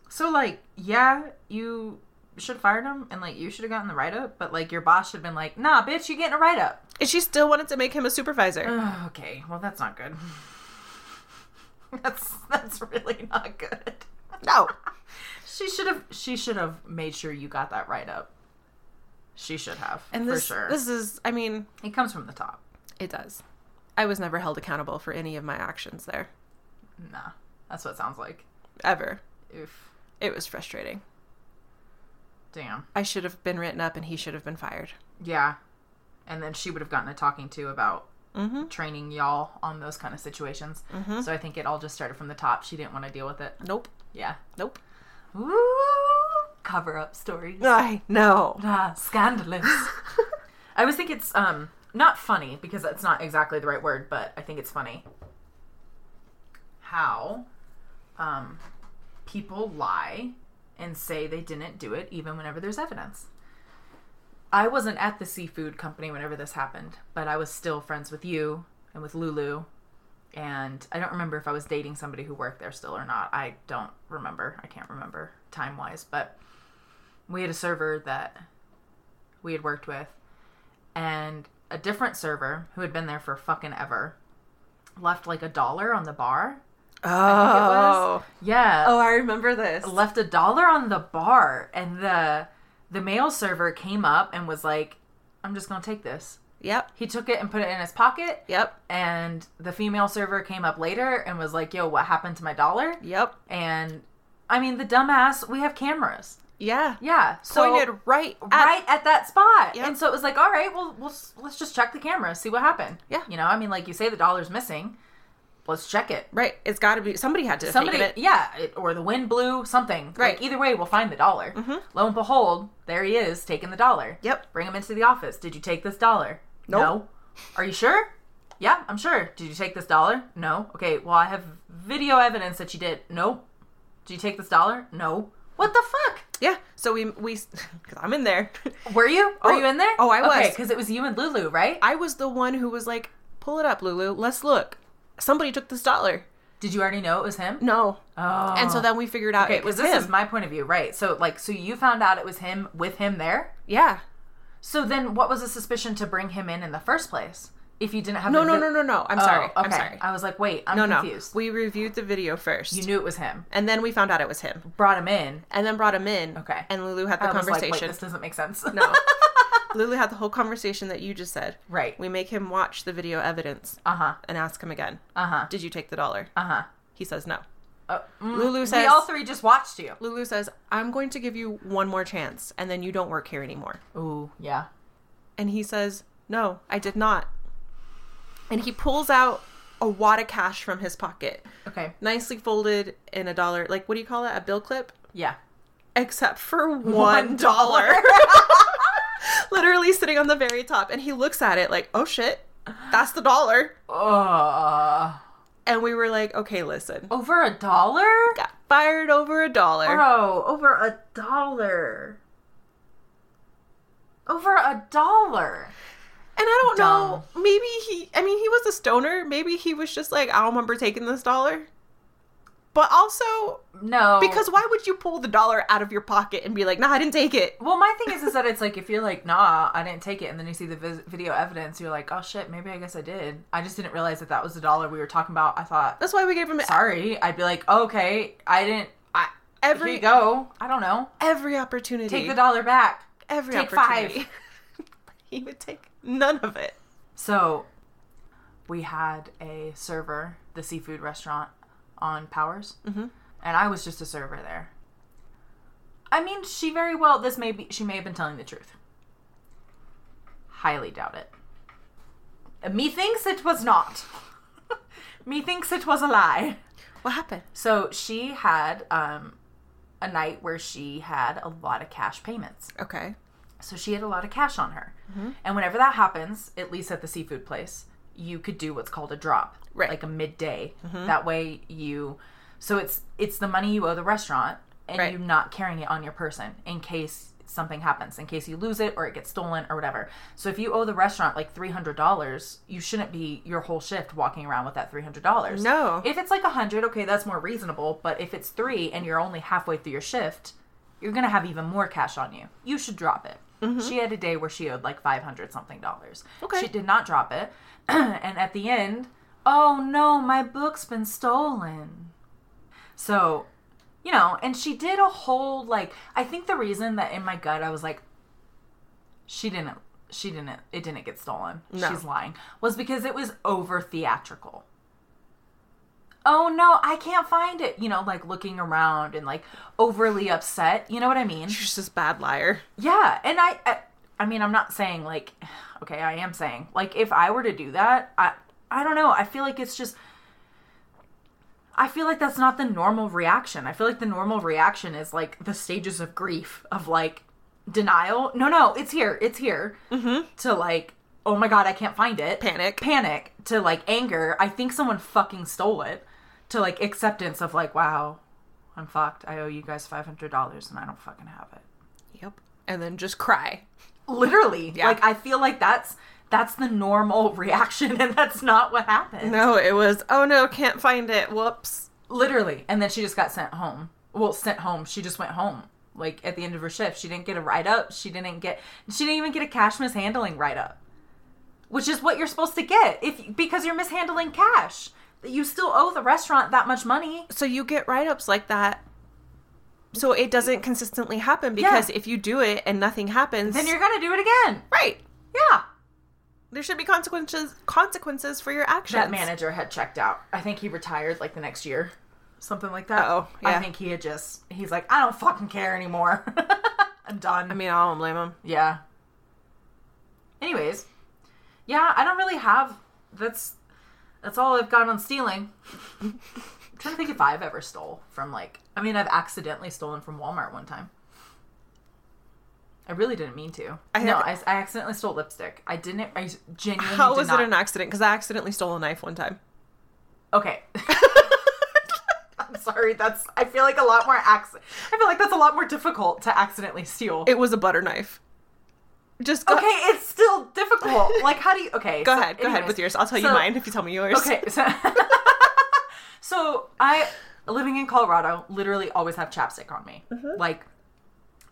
So, like, yeah, you should have fired him and, like, you should have gotten the write up, but, like, your boss should have been like, nah, bitch, you getting a write up. And she still wanted to make him a supervisor. Ugh, Oh, okay, well, that's not good. that's that's really not good. No. She should have she should have made sure you got that write up. She should have And for this sure. this is I mean, it comes from the top. it does. I was never held accountable for any of my actions there. Nah, that's what it sounds like. Ever. Oof, It was frustrating. damn. I should have been written up and he should have been fired. Yeah, and then she would have gotten a talking to about Mhm. training y'all on those kind of situations. Mm-hmm. So I think it all just started from the top. She didn't want to deal with it. Nope. Yeah. Nope. Ooh, cover up stories. I know. Ah, scandalous. I always think it's um not funny because that's not exactly the right word, but I think it's funny how um people lie and say they didn't do it even whenever there's evidence. I wasn't at the seafood company whenever this happened, but I was still friends with you and with Lulu. And I don't remember if I was dating somebody who worked there still or not. I don't remember. I can't remember time wise, but we had a server that we had worked with and a different server who had been there for fucking ever left like a dollar on the bar. Oh. Yeah Oh, I remember this. left a dollar on the bar and the the male server came up and was like i'm just gonna take this Yep. he took it and put it in his pocket Yep. and the female server came up later and was like yo what happened to my dollar Yep. and i mean the dumbass we have cameras Yeah. yeah so Pointed right at right at that spot. Yep. And so it was like, all right, well, we'll s- let's just check the camera, see what happened. Yeah. you know, I mean, like you say, the dollar's missing. Let's check it. Right. It's got to be somebody had to have Somebody, taken it. yeah, it, or the wind blew something. Right. Mm-hmm. Like, either way, we'll find the dollar. Lo and behold, there he is taking the dollar. Yep. Bring him into the office. Did you take this dollar? No. Nope. Are you sure? Yeah, I'm sure. Did you take this dollar? No. Okay. Well, I have video evidence that you did. Nope. Did you take this dollar? No. What the fuck? Yeah. So we we cuz I'm in there. Were you? Were Oh, you in there? oh, I was. because it was you and Lulu, right? I was the one who was like, "Pull it up, Lulu. Let's look. Somebody took this dollar." Did you already know it was him? No. Oh. And so then we figured out okay, it was this him. is my point of view, right? So like, so you found out it was him with him there. yeah. So then, what was the suspicion to bring him in in the first place? If you didn't have No, the no, vi- no, no, no. I'm Oh, sorry. Okay. I'm sorry. I was like, wait, I'm No, no. confused. We reviewed the video first, You knew it was him. and then we found out it was him, Brought him in. and then brought him in. Okay. And Lulu had the I was like, wait, conversation. this doesn't make sense. no. Lulu had the whole conversation that you just said. right. We make him watch the video evidence Uh huh. and ask him again, Uh huh. "Did you take the dollar?" Uh huh. He says no. Uh, mm, Lulu we says- all three just watched you. Lulu says, "I'm going to give you one more chance, and then you don't work here anymore." Ooh, yeah. And he says, No, I did not. And he pulls out a wad of cash from his pocket, Okay. nicely folded in a dollar, like what do you call it? A bill clip? Yeah. Except for one dollar. Literally sitting on the very top. And he looks at it like, oh shit, that's the dollar. uh, And we were like, okay, listen. over a dollar? Got fired over a dollar. Bro, over a dollar. Over a dollar. And I don't know. Maybe he. I mean, he was a stoner. Maybe he was just like, I don't remember taking this dollar. But also, No. because why would you pull the dollar out of your pocket and be like, Nah, I didn't take it. well, my thing is, is that it's like if you're like, nah, I didn't take it, and then you see the vis- video evidence, you're like, oh shit, maybe I guess I did. I just didn't realize that that was the dollar we were talking about. I thought, That's why we gave him sorry. I'd be like, oh, okay, I didn't. I here every you go. I don't know. every opportunity. Take the dollar back. every take opportunity. he would take none of it. So we had a server, the seafood restaurant on Powers, Mhm. and I was just a server there. I mean, she very well. This may be she may have been telling the truth. Highly doubt it. Uh, Methinks it was not. Methinks it was a lie. What happened? So she had um, a night where she had a lot of cash payments. Okay. So she had a lot of cash on her. Mm-hmm. And whenever that happens, at least at the seafood place, you could do what's called a drop, Right. Mm-hmm. like a midday. That way you so it's it's the money you owe the restaurant and Right. you not carrying it on your person in case something happens, in case you lose it or it gets stolen or whatever. So if you owe the restaurant like $300, you shouldn't be your whole shift walking around with that $300. No. If it's like 100, okay, that's more reasonable, but if it's 3 and you're only halfway through your shift, you're gonna have even more cash on you. You should drop it. She had a day where she owed like five hundred something dollars. Mm-hmm. Okay. She did not drop it, and at the end, oh no, my book's been stolen. So, you know, and she did a whole like. I think the reason that in my gut I was like, she didn't, she didn't, it didn't get stolen. No. She's lying. Was because it was over theatrical oh no, I can't find it. You know, like looking around and like overly upset. You know what I mean? She's just a bad liar. Yeah. And I, I, I mean, I'm not saying like, okay, I am saying like if I were to do that, I, I don't know. I feel like it's just. I feel like that's not the normal reaction. I feel like the normal reaction is like the stages of grief of like denial. No, no, it's here. It's here. Mm-hmm. To like, oh my god, I can't find it Panic. panic to like anger i think someone fucking stole it to like acceptance of like wow i'm fucked i owe you guys $500 and i don't fucking have it yep. And then just cry. literally Yeah. like i feel like that's that's the normal reaction and that's not what happened No, it was. Oh no, can't find it. Whoops. literally and then she just got sent home well sent home she just went home like at the end of her shift she didn't get a write up she didn't get she didn't even get a cash mishandling write up which is what you're supposed to get if because you're mishandling cash you still owe the restaurant that much money so you get write-ups like that so it doesn't consistently happen because if you do it and nothing happens then you're gonna do it again. right Yeah. there should be consequences consequences for your actions That manager had checked out. I think he retired like the next year, something like that. Uh-oh, I yeah. think he had just. He's like, I don't fucking care anymore. I'm done. i mean i don't blame him yeah. Anyways, yeah, I don't really have. That's that's all I've got on stealing. I'm trying to think if I've ever stole from like. I mean, I've accidentally stolen from Walmart one time. I really didn't mean to. I no, I, have- I accidentally stole lipstick. I didn't. I genuinely. how did was not- it an accident because i accidentally stole a knife one time Okay. I'm sorry. That's. I feel like a lot more accident. I feel like that's a lot more difficult to accidentally steal. it was a butter knife just go, okay, it's still difficult. Like, how do you? Okay. go so ahead go ahead anyways, with yours i'll tell you so- mine if you tell me yours Okay. So, so I, living in Colorado, literally always have chapstick on me, Mm-hmm. like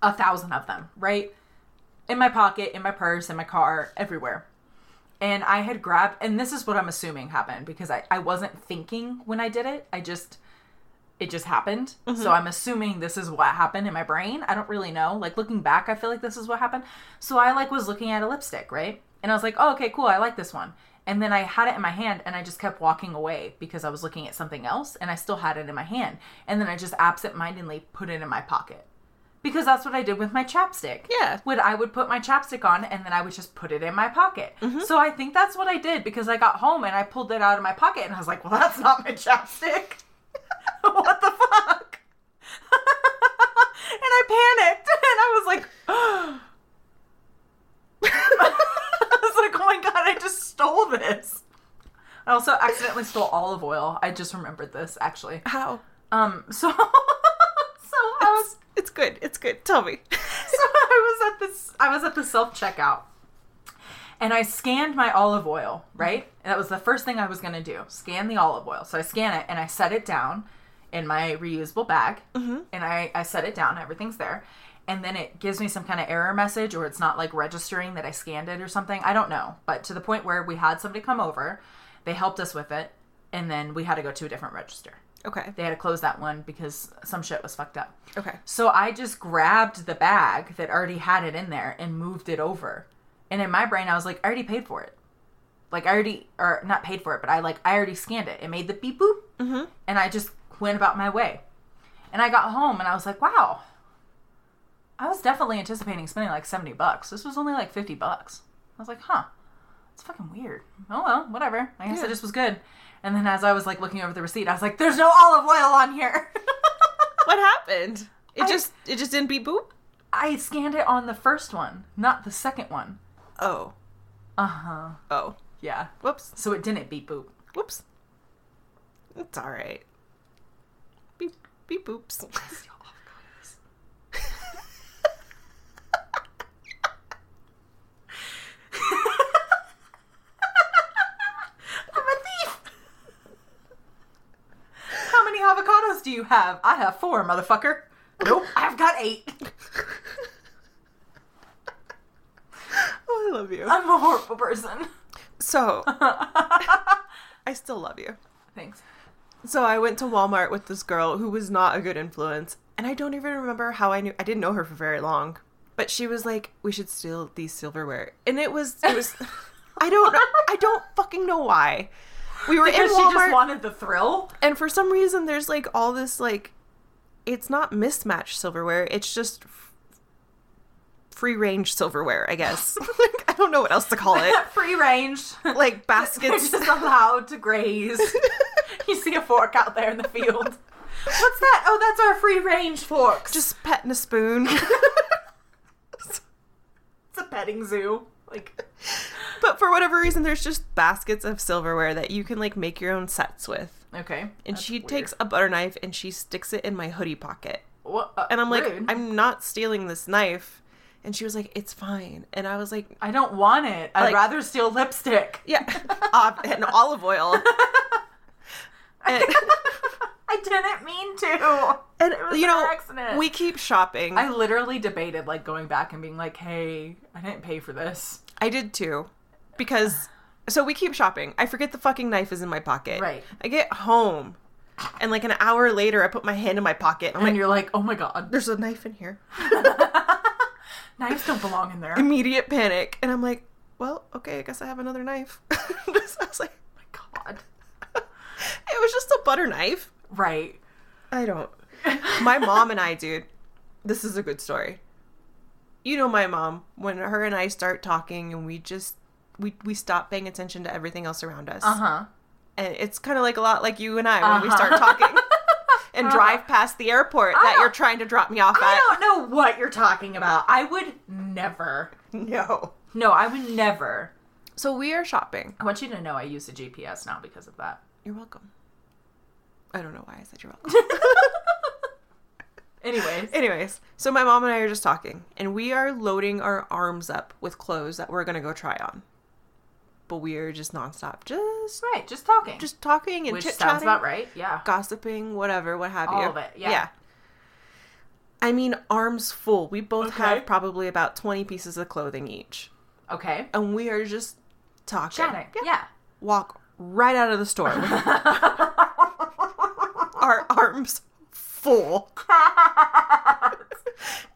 a thousand of them, right? In my pocket, in my purse, in my car, everywhere. And I had grabbed, and this is what I'm assuming happened because I, I wasn't thinking when I did it. I just, it just happened. So I'm assuming this is what happened in my brain. I don't really know. Like looking back, I feel like this is what happened. So I like was looking at a lipstick, right? And I was like, "Oh, okay, cool. I like this one." And then I had it in my hand and I just kept walking away because I was looking at something else and I still had it in my hand. And then I just absentmindedly put it in my pocket. because that's what I did with my chapstick. Yeah. Would I would put my chapstick on and then I would just put it in my pocket. So I think that's what I did because I got home and I pulled it out of my pocket and I was like, "Well, that's not my chapstick." what the fuck? and I panicked and I was like, I was like, "Oh my god, I just stole this." I also accidentally stole olive oil. I just remembered this actually. How? Um, so so I was It's good. It's good. Tell me. so I was at this I was at the self checkout and I scanned my olive oil, right? And that was the first thing I was gonna do. Scan the olive oil. So I scan it and I set it down in my reusable bag and I, I set it down, everything's there. And then it gives me some kind of error message or it's not like registering that I scanned it or something. I don't know. But to the point where we had somebody come over, they helped us with it, and then we had to go to a different register. Okay. They had to close that one because some shit was fucked up. Okay. So I just grabbed the bag that already had it in there and moved it over. And in my brain, I was like, I already paid for it. Like I already, or not paid for it, but I like I already scanned it. It made the beep boop, mm-hmm. and I just went about my way. And I got home and I was like, wow. I was definitely anticipating spending like seventy bucks. This was only like fifty bucks. I was like, huh, that's fucking weird. Oh well, whatever. I guess Yeah. it just was good. And then as I was like looking over the receipt, I was like, there's no olive oil on here. What happened? It I- just it just didn't beep boop. I scanned it on the first one, not the second one. Oh. Uh huh. Oh. Yeah. Whoops. So it didn't beep boop. Whoops. It's all right. Beep beep boops. I'm a thief! How many avocados do you have? I have four, motherfucker. Nope, I've got eight. oh, I love you. I'm a horrible person. So I still love you. Thanks. So I went to Walmart with this girl who was not a good influence, and I don't even remember how I knew. I didn't know her for very long, but she was like, "We should steal these silverware," and it was it was. I don't know. I don't fucking know why. We were Because in she just Walmart, wanted the thrill. and for some reason, there's like all this like, it's not mismatched silverware. It's just f- free range silverware, I guess. like I don't know what else to call it. Free range. Like They're baskets. just allowed to graze. you see a fork out there in the field. What's that? Oh, that's our free range forks. just petting a spoon. it's a petting zoo. Like, But for whatever reason, there's just baskets of silverware that you can like make your own sets with. okay. And That's she weird. takes a butter knife and she sticks it in my hoodie pocket. What, uh, And I'm like, rude. I'm not stealing this knife. And she was like, it's fine. And I was like, I don't want it. I'd Like- rather steal lipstick. yeah, ob- and olive oil. Eh. And, I didn't mean to. and It was you an know, accident. we keep shopping. I I, literally debated like going back and being like, "Hey, I didn't pay for this." did too. Because, so we keep shopping. I forget the fucking knife is in my pocket. Right. I get home. And like an hour later, I put my hand in my pocket. I'm And like, you're like, "Oh my god, there's a knife in here. knives don't belong in there." Oh immediate panic and i'm like well okay i guess i have another knife Just- i was like my god. it was just a butter knife Right. i don't my mom and i dude this is a good story you know my mom when her and i start talking and we just we, we stop paying attention to everything else around us Uh huh. and it's kind of like a lot like you and i when we Uh-huh. start talking and drive past the airport that don't- you're trying to drop me off I at don't know what you're talking about. I would never. no No, I would never. so we are shopping I want you to know I use a GPS now because of that. you're welcome i don't know why i said you're welcome Anyways. Anyways, so my mom and I are just talking, and we are loading our arms up with clothes that we're gonna go try on. But we are just nonstop, just right, just talking. just talking and which chit sounds chatting, about right. Yeah. gossiping, whatever, what have you. All of it, yeah. I mean, arms full. We both Okay. have probably about twenty pieces of clothing each, Okay. and we are just talking. Chatting. yeah. Walk right out of the store with our arms full.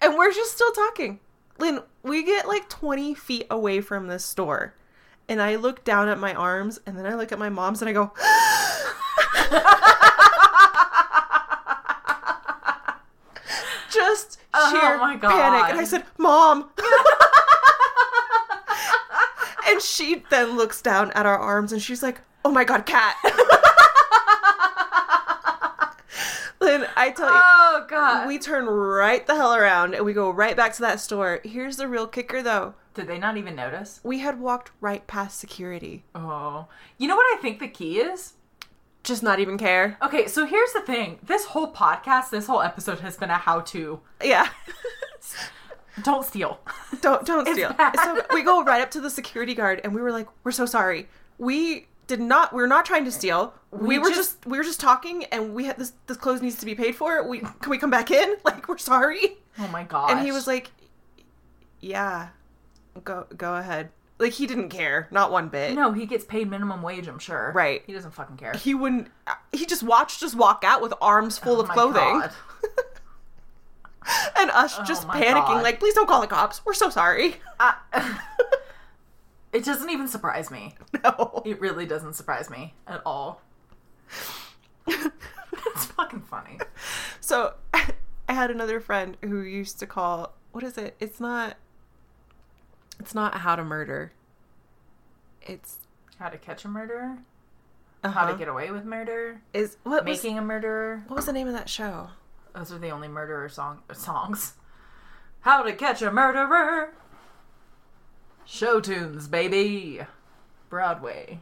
and we're just still talking. Lynn, we get like 20 feet away from this store. And I look down at my arms and then I look at my mom's and I go, just Oh sheer my God. panic. And I said, Mom. and she then looks down at our arms and she's like, Oh my God, cat. Then I tell you, Oh god. we turn right the hell around and we go right back to that store. Here's the real kicker though. Did they not even notice? We had walked right past security. Oh. You know what I think the key is? Just not even care. Okay, so here's the thing. This whole podcast, this whole episode has been a how to. Yeah. Don't steal. don't don't steal. bad. So we go right up to the security guard and we were like, "We're so sorry. We did not we are not trying to steal. We, We were just- just, we were just talking and we had this this clothes needs to be paid for. We can we come back in? Like, we're sorry." Oh my gosh. And he was like, "Yeah. Go go ahead." Like he didn't care, not one bit. No, he gets paid minimum wage, I'm sure. Right. He doesn't fucking care. he wouldn't he just watched us walk out with arms full of Oh my clothing God. Oh and us just my panicking God. like please don't call the cops we're so sorry I- it doesn't even surprise me. no It really doesn't surprise me at all. It's fucking funny. so i had another friend who used to call what is it it's not it's not how to murder it's How to catch a murderer? How uh-huh. to get away with murder? is what was, Making a murderer? what was the name of that show Those are the only murderer song songs. How to catch a murderer? Show tunes, baby. Broadway.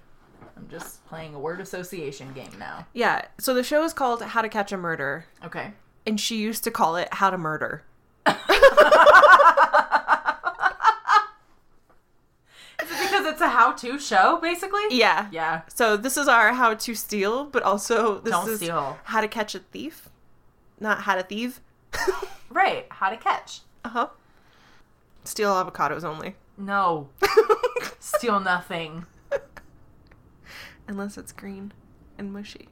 I'm just playing a word association game now. yeah so the show is called how to catch a murderer Okay. and she used to call it how to murder Is it because it's a how-to show, basically? yeah Yeah. So this is our how to steal, but also this Don't is steal. how to catch a thief, not how to thieve. uh Right. How to catch. huh. Steal avocados only, No. Steal nothing. unless it's green and mushy.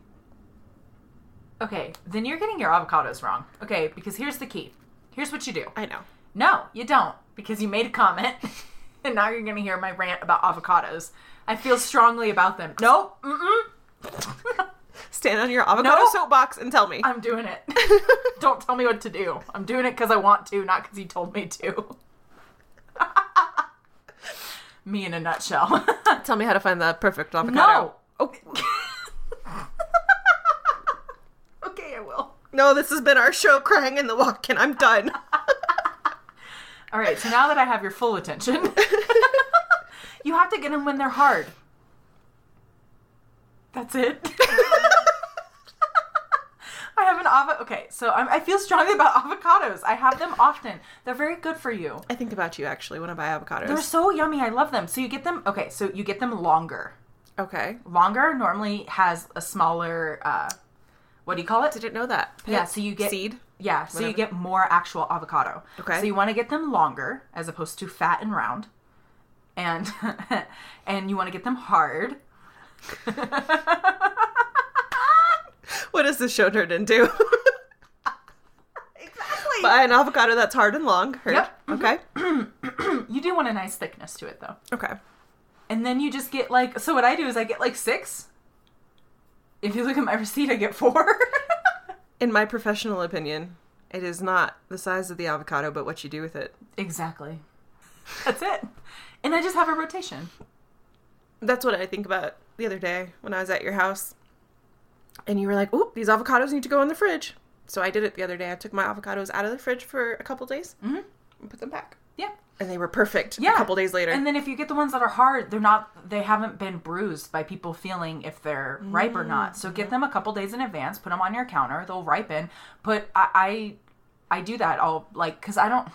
Okay, then you're getting your avocados wrong. Okay, because here's the key. Here's what you do. I know. No, you don't, because you made a comment, and now you're gonna hear my rant about avocados. I feel strongly about them. No, mm-mm. Stand on your avocado No. soapbox and tell me. I'm doing it. Don't tell me what to do. I'm doing it because I want to, not because you told me to. me in a nutshell. tell me how to find the perfect avocado. No. Oh okay, I will. no, this has been our show, crying in the walk, and I'm done. All right, so now that I have your full attention, you have to get them when they're hard. That's it. I have an avocado. Okay, so I'm, I feel strongly about avocados. I have them often. They're very good for you. I think about you actually when I buy avocados. They're so yummy. I love them. So you get them. Okay, so you get them longer. Okay, Longer normally has a smaller. Uh, what do you call it? didn't know that. Yeah, so you get seed. Yeah, so you Whatever. get more actual avocado. Okay. So you want to get them longer as opposed to fat and round. And and you want to get them hard. What does this show turned into? Exactly. Buy an avocado that's hard and long. Heard. Yep. Mm-hmm. Okay. you do want a nice thickness to it though. Okay. And then you just get like so what I do is I get like 6. If you look at my receipt I get 4. In my professional opinion, it is not the size of the avocado, but what you do with it. exactly. That's it. And I just have a rotation. That's what I think about the other day when I was at your house. And you were like, oop, these avocados need to go in the fridge. So I did it the other day. I took my avocados out of the fridge for a couple days Mhm. and put them back. Yeah. And they were perfect Yeah. a couple days later. And then if you get the ones that are hard, they're not they haven't been bruised by people feeling if they're ripe or not. So get them a couple days in advance, put them on your counter, they'll ripen. Put I I, I do that. I'll like cuz I don't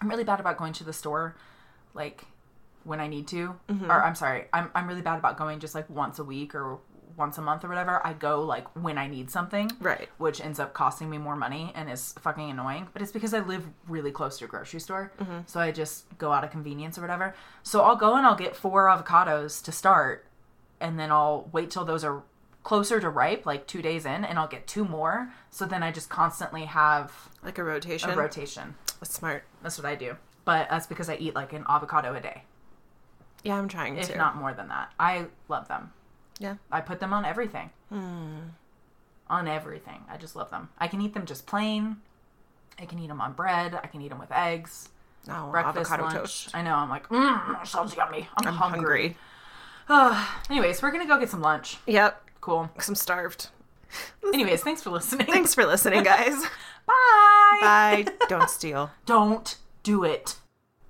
I'm really bad about going to the store like when I need to. Or I'm sorry, I'm I'm really bad about going just like once a week or once a month or whatever. I go like when I need something. Right. Which ends up costing me more money and is fucking annoying. But it's because I live really close to a grocery store. So I just go out of convenience or whatever. So I'll go and I'll get four avocados to start and then I'll wait till those are closer to ripe, like two days in, and I'll get two more. So then I just constantly have like a rotation. a rotation. That's smart. That's what I do. But that's because I eat like an avocado a day, Yeah, I'm trying if to. not more than that. I love them. Yeah. Hmm. I put them on everything. On everything. I just love them. I can eat them just plain. I can eat them on bread. I can eat them with eggs. Oh, Breakfast, avocado lunch. toast. I know. I'm like, mmm, sounds yummy. I'm, I'm hungry. hungry. Anyways, we're gonna go get some lunch. Yep, Cool. because I'm starved. Anyways, thanks for listening. Thanks for listening, guys. Bye. Bye. Don't steal. Don't do it.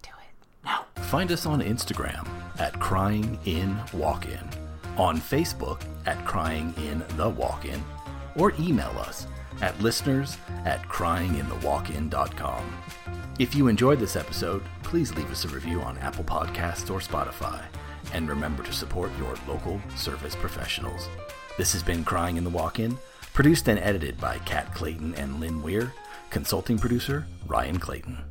Do it. No. Find us on Instagram at Crying In Walk In, on Facebook at Crying In The Walk In, or email us at listeners at cryinginthewalkin.com. If you enjoyed this episode, please leave us a review on Apple Podcasts or Spotify, and remember to support your local service professionals. This has been Crying in the Walk In, produced and edited by Kat Clayton and Lynn Weir, consulting producer Ryan Clayton.